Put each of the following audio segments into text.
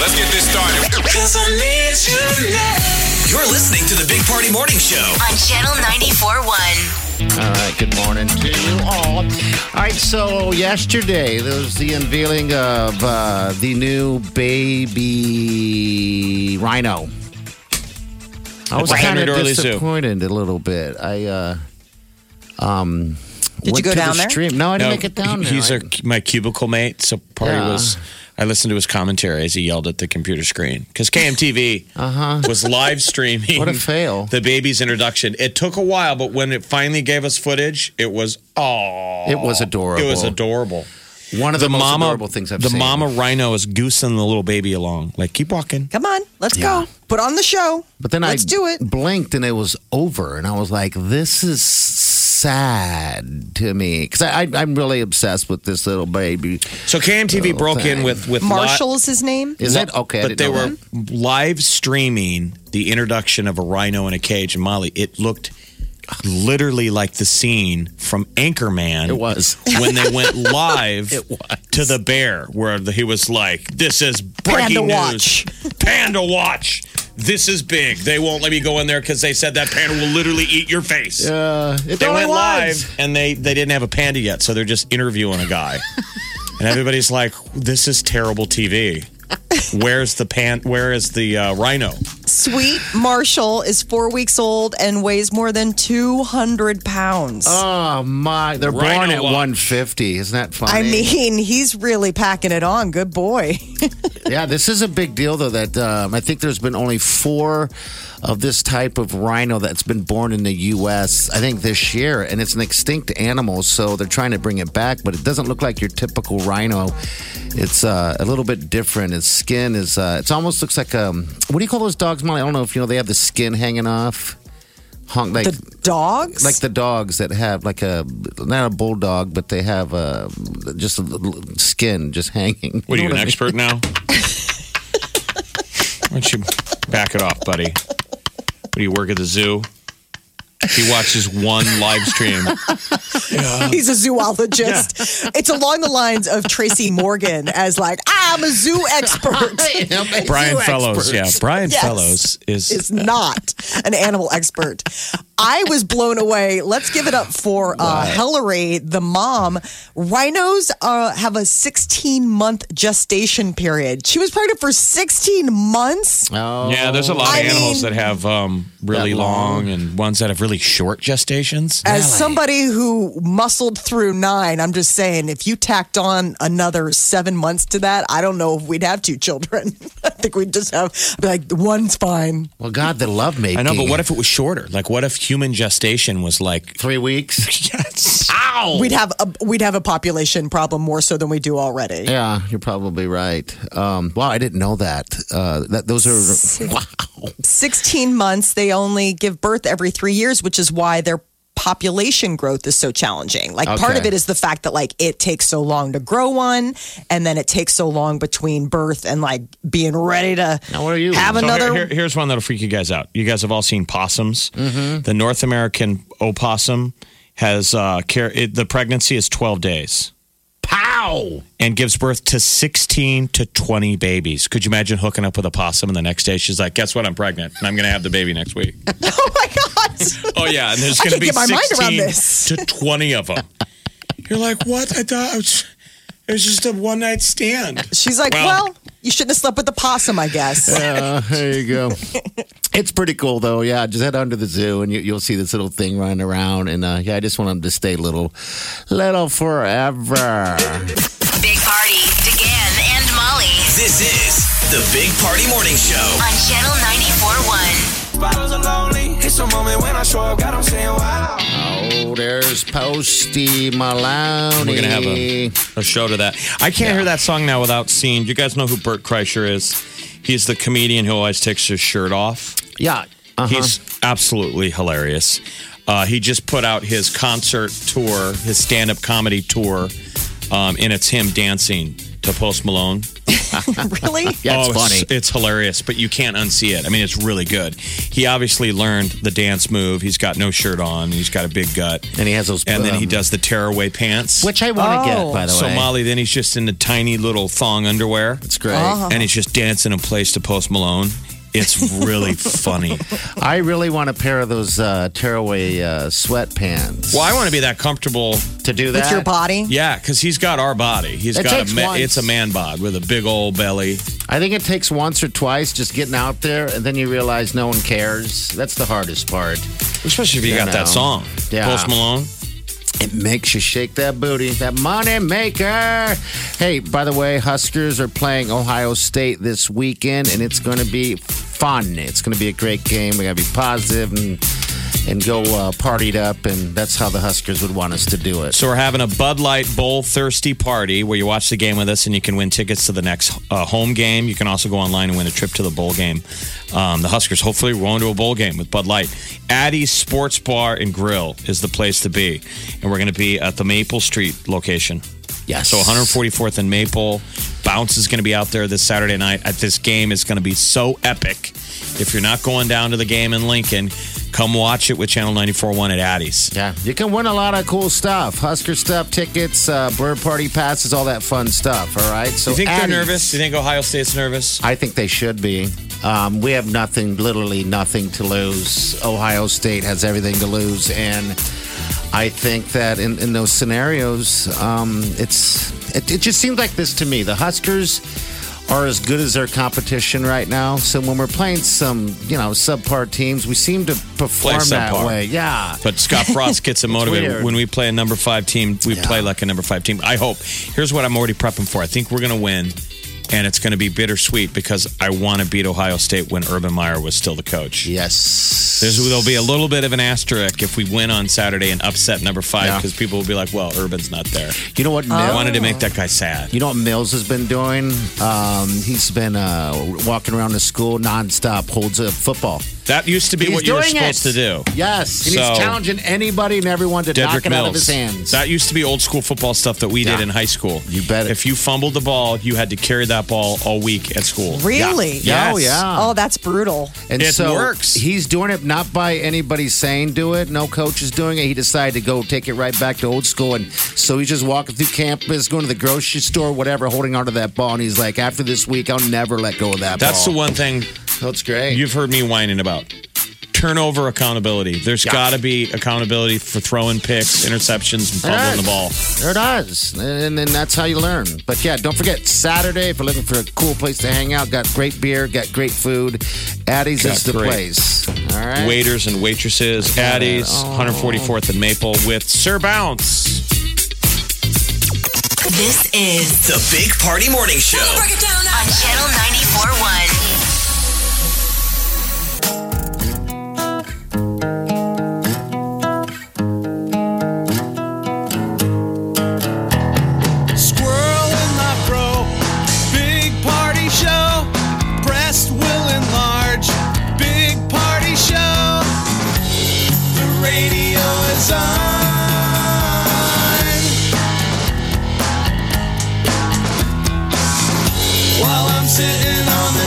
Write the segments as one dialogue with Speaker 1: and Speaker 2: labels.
Speaker 1: Let's get this started.
Speaker 2: Cause I need you now.
Speaker 1: You're listening to the Big Party Morning Show.
Speaker 3: on Channel 94.1.
Speaker 4: All right, good morning to you all. All right, so yesterday there was the unveiling of uh, the new baby rhino. I was
Speaker 5: the
Speaker 4: kind of
Speaker 5: Henry Dorley Zoo.
Speaker 4: disappointed a little bit. I uh, um,
Speaker 6: Did you
Speaker 4: went
Speaker 6: go
Speaker 4: to
Speaker 6: down
Speaker 4: the
Speaker 6: there?
Speaker 4: Stream. No, I didn't
Speaker 5: No,
Speaker 4: make it down there.
Speaker 5: He's
Speaker 4: I-
Speaker 5: our, my cubicle mate. So party
Speaker 4: Yeah.
Speaker 5: was. I listened to his commentary as he yelled at the computer screen because KMTV was live streaming.
Speaker 4: Uh-huh. What a fail.
Speaker 5: The baby's introduction. It took a while, but when it finally gave us footage, it was oh,
Speaker 4: It was adorable.
Speaker 5: It was adorable.
Speaker 4: One of the,
Speaker 5: The
Speaker 4: most
Speaker 5: mama,
Speaker 4: adorable things I've
Speaker 5: the
Speaker 4: seen.
Speaker 5: mama rhino is goosing the little baby along. Like keep walking.
Speaker 6: Come on, let's
Speaker 4: Yeah.
Speaker 6: go. Put on the show.
Speaker 4: But then
Speaker 6: let's
Speaker 4: I
Speaker 6: do it.
Speaker 4: blinked and it was over, and I was like, "This is sad to me because I, I I'm really obsessed with this little baby."
Speaker 5: So KMTV
Speaker 4: Oh,
Speaker 5: broke
Speaker 4: thanks.
Speaker 5: in with with li-
Speaker 6: Marshall is his name.
Speaker 4: Is it okay? I
Speaker 5: But
Speaker 4: didn't
Speaker 5: they
Speaker 4: know
Speaker 5: were
Speaker 4: that.
Speaker 5: live streaming the introduction of a rhino in a cage. And Molly, it looked literally like the scene from Anchorman.
Speaker 4: It was.
Speaker 5: when they went live
Speaker 4: It was.
Speaker 5: to the bear, where the- he was like, "This is breaking
Speaker 6: Panda
Speaker 5: news. Panda watch. This is big. They won't let me go in there because they said that panda will literally eat your face."
Speaker 4: Uh, it
Speaker 5: They
Speaker 4: only
Speaker 5: went
Speaker 4: was.
Speaker 5: live and they they didn't have a panda yet, so they're just interviewing a guy. and everybody's like, "This is terrible TV." Where's the pan? Where is the uh, rhino?
Speaker 6: Sweet Marshall is four weeks old and weighs more than 200 pounds.
Speaker 4: Oh my! They're
Speaker 5: Rhino
Speaker 4: born at
Speaker 5: watch.
Speaker 4: 150. Isn't that funny?
Speaker 6: I mean, he's really packing it on. Good boy.
Speaker 4: yeah, this is a big deal though. That um, I think there's been only four of this type of rhino that's been born in the U.S. I think this year, and it's an extinct animal, so they're trying to bring it back. But it doesn't look like your typical rhino. It's uh, a little bit different. Its skin is. Uh, it almost looks like um. What do you call those dogs, Molly? I don't know if you know. They have the skin hanging off. Honk like
Speaker 6: The dogs?
Speaker 4: like the dogs that have like a not a bulldog, but they have uh, just a little skin just hanging.
Speaker 5: What are you,
Speaker 4: know
Speaker 5: an
Speaker 4: I mean?
Speaker 5: expert now? Why don't you back it off, buddy? What do you work at the zoo? He watches one live stream.
Speaker 6: He's a zoologist. It's along the lines of Tracy Morgan as like, I'm a zoo expert.
Speaker 4: I am a
Speaker 5: Brian
Speaker 4: zoo
Speaker 5: Fellows,
Speaker 4: expert.
Speaker 5: yeah, Brian
Speaker 6: Yes.
Speaker 5: Fellows is
Speaker 6: is not an animal expert. I was blown away. Let's give it up for uh, Hillary, the mom. Rhinos uh, have a 16 month gestation period. She was pregnant for 16 months.
Speaker 4: Oh,
Speaker 5: Yeah, there's a lot
Speaker 6: I
Speaker 5: of animals that
Speaker 6: mean-
Speaker 5: have um, really
Speaker 4: That
Speaker 5: long.
Speaker 4: long.
Speaker 5: and ones that have really short gestations.
Speaker 6: As somebody who muscled through nine, I'm just saying, if you tacked on another seven months to that, I don't know if we'd have two children. I think we'd just have, I'd be like, one's fine.
Speaker 4: Well, God, the love making.
Speaker 5: I know, but what if it was shorter? Like, what if human gestation was like
Speaker 4: three weeks?
Speaker 5: yes?
Speaker 4: Ow!
Speaker 6: We'd have a, we'd have a population problem more so than we do already.
Speaker 4: yeah, you're probably right. Um, wow, I didn't know that. Uh, that those are wow.
Speaker 6: 16 months. They only give birth every three years, which is why their population growth is so challenging. Like part
Speaker 4: Okay.
Speaker 6: of it is the fact that like it takes so long to grow one, and then it takes so long between birth and like being ready to
Speaker 4: Now, what are you?
Speaker 6: have
Speaker 5: So
Speaker 6: another.
Speaker 5: here- here- here's one that'll freak you guys out. You guys have all seen possums. The North American opossum has uh, care. It, the pregnancy is 12 days
Speaker 4: Pow!
Speaker 5: and gives birth to 16 to 20 babies. Could you imagine hooking up with a possum and the next day she's like, "Guess what? I'm pregnant and I'm going to have the baby next week."
Speaker 6: Oh my god!
Speaker 5: Oh yeah, and there's
Speaker 6: I
Speaker 5: going to
Speaker 6: can't
Speaker 5: be
Speaker 6: get my mind around
Speaker 5: 16
Speaker 6: this.
Speaker 5: to 20 of them. You're like, what? I thought I was, it was just a one night stand.
Speaker 6: She's like,
Speaker 5: Well-
Speaker 6: well, you shouldn't have slept with the possum, I guess.
Speaker 4: Uh, there you go. it's pretty cool though. Yeah, just head on to the zoo and you, you'll see this little thing running around. And uh, yeah, I just want them to stay little, little forever.
Speaker 3: Big Party, DeGan and Molly
Speaker 1: This is the Big Party Morning Show.
Speaker 3: on Channel 94.1.
Speaker 2: Bottles are lonely. It's a moment when I show up, God, I'm saying wow.
Speaker 4: oh, there's Posty Maloney.
Speaker 5: We're gonna have a, a show to that. I can't hear that song now without seeing. You guys know who Bert Kreischer is? He's the comedian who always takes his shirt off.
Speaker 4: Yeah. Uh-huh.
Speaker 5: He's absolutely hilarious. Uh, he just put out his concert tour, his stand up comedy tour, um, and it's him dancing to Post Malone.
Speaker 6: really?
Speaker 4: yeah, it's
Speaker 5: oh,
Speaker 4: funny.
Speaker 5: It's, it's hilarious, but you can't unsee it. I mean, it's really good. He obviously learned the dance move. He's got no shirt on, he's got a big gut.
Speaker 4: and he has those.
Speaker 5: And then he
Speaker 4: um,
Speaker 5: does the tearaway pants.
Speaker 4: which I want to
Speaker 6: Oh.
Speaker 4: get by the
Speaker 5: so
Speaker 4: way.
Speaker 5: Molly, then he's just in the tiny little thong underwear.
Speaker 4: It's great.
Speaker 5: and he's just dancing in place to Post Malone. It's really funny.
Speaker 4: I really want a pair of those uh, tearaway uh, sweatpants.
Speaker 5: Well, I want to be that comfortable.
Speaker 4: to do that?
Speaker 6: With your body?
Speaker 5: Yeah, because he's got our body. He's
Speaker 4: It
Speaker 5: got
Speaker 4: takes
Speaker 5: a ma-
Speaker 4: once.
Speaker 5: it's a man bod with a big old belly.
Speaker 4: I think it takes once or twice just getting out there, and then you realize no one cares. That's the hardest part.
Speaker 5: Especially if you,
Speaker 4: You
Speaker 5: got that
Speaker 4: know.
Speaker 5: song,
Speaker 4: Yeah.
Speaker 5: Post Malone.
Speaker 4: It makes you shake that booty, that money maker. Hey, by the way, Huskers are playing Ohio State this weekend, and it's going to be fun. It's going to be a great game. We got to be positive and and go uh, partied up, and that's how the Huskers would want us to do it.
Speaker 5: So we're having a Bud Light Bowl thirsty party where you watch the game with us and you can win tickets to the next uh, home game. You can also go online and win a trip to the bowl game. Um, the Huskers hopefully are going to a bowl game with Bud Light. Addie's Sports Bar and Grill is the place to be, and we're going to be at the Maple Street location.
Speaker 4: Yes.
Speaker 5: So 144th and Maple. Bounce is going to be out there this Saturday night. At this game is going to be so epic. If you're not going down to the game in Lincoln, come watch it with Channel 94.1 at Addie's.
Speaker 4: Yeah, you can win a lot of cool stuff. Husker stuff, tickets, uh, bird party passes, all that fun stuff. All right. So
Speaker 5: Do you think
Speaker 4: Addie's-
Speaker 5: they're nervous? Do you think Ohio State's nervous?
Speaker 4: I think they should be. Um, we have nothing, literally nothing to lose. Ohio State has everything to lose, and I think that in, in those scenarios, um, it's it, it just seems like this to me. The Huskers are as good as their competition right now. So when we're playing some, you know, subpar teams, we seem to perform that
Speaker 5: subpar.
Speaker 4: way. Yeah.
Speaker 5: But Scott Frost gets them motivated.
Speaker 4: weird.
Speaker 5: When we play a number five team, we
Speaker 4: Yeah.
Speaker 5: play like a number five team. I hope. Here's what I'm already prepping for. I think we're going to win, and it's going to be bittersweet because I want to beat Ohio State when Urban Meyer was still the coach.
Speaker 4: Yes.
Speaker 5: There's, there'll be a little bit of an asterisk if we win on Saturday and upset number five
Speaker 4: Yeah.
Speaker 5: because people will be like, well, Urban's not there.
Speaker 4: you know what?
Speaker 5: I
Speaker 4: Mel-
Speaker 5: wanted to make that guy sad.
Speaker 4: You know what Mills has been doing? Um, he's been uh, walking around the school nonstop, holds a football.
Speaker 5: That used to be
Speaker 4: He's
Speaker 5: what you were
Speaker 4: doing it.
Speaker 5: supposed to do.
Speaker 4: Yes, and
Speaker 5: So-
Speaker 4: he's challenging anybody and everyone to knock
Speaker 5: Dedrick
Speaker 4: it
Speaker 5: Mills.
Speaker 4: out of his hands.
Speaker 5: That used to be old school football stuff that we did
Speaker 4: Yeah.
Speaker 5: in high school.
Speaker 4: You bet it.
Speaker 5: If you fumbled the ball, you had to carry that ball all week at school.
Speaker 6: Really?
Speaker 4: Yeah. Oh,
Speaker 5: Yes.
Speaker 4: yeah.
Speaker 6: Oh, that's brutal.
Speaker 4: and
Speaker 5: it
Speaker 4: so
Speaker 5: works.
Speaker 4: He's doing it not by anybody saying do it. No coach is doing it. He decided to go take it right back to old school, and so he's just walking through campus, going to the grocery store, whatever, holding onto that ball, and he's like, "After this week, I'll never let go of that."
Speaker 5: That's the
Speaker 4: ball.
Speaker 5: one thing
Speaker 4: That's great.
Speaker 5: you've heard me whining about. Turnover accountability. There's
Speaker 4: Yeah.
Speaker 5: got to be accountability for throwing picks, interceptions, and
Speaker 4: There
Speaker 5: fumbling
Speaker 4: it
Speaker 5: the ball.
Speaker 4: is. There it is. And then that's how you learn. But yeah, don't forget Saturday if you're looking for a cool place to hang out. Got great beer, got great food. Addie's
Speaker 5: Got
Speaker 4: is the
Speaker 5: great-
Speaker 4: place. All right. Oh.
Speaker 5: Waiters and waitresses, Addie's, 144th and Maple with Sir Bounce.
Speaker 3: This is
Speaker 1: The Big Party Morning Show.
Speaker 3: on Channel 94.1.
Speaker 2: Squirrel in my bro. Big party show. Breast will enlarge. Big party show. The radio is on. While I'm sitting on the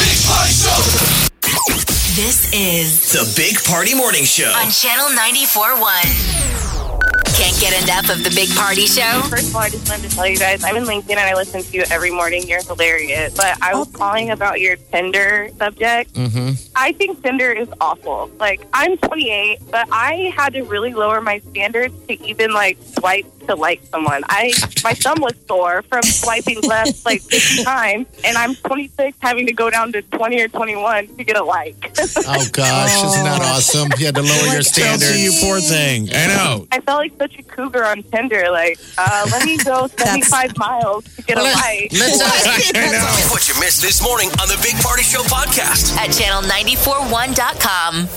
Speaker 2: Big party show.
Speaker 3: This is
Speaker 1: The Big Party Morning Show.
Speaker 3: on Channel 94.1. Can't get enough of the Big Party Show?
Speaker 7: First of all, I just wanted to tell you guys I'm in Lincoln and I listen to you every morning. You're hilarious. But I was calling about your Tinder subject. I think Tinder is awful. Like I'm 28, but I had to really lower my standards to even like swipe to like someone. I my thumb was sore from swiping left like 50 times, and I'm 26, having to go down to 20 or 21 to get a like.
Speaker 8: Oh gosh, isn't that
Speaker 4: Oh.
Speaker 8: awesome? You had to lower your standards.
Speaker 5: you poor thing. I know.
Speaker 7: I felt like such a cougar on Tinder. Like, uh, let me go 75 miles to get a like.
Speaker 4: Let's not,
Speaker 1: What you missed this morning on the Big Party Show podcast.
Speaker 3: At channel941.com.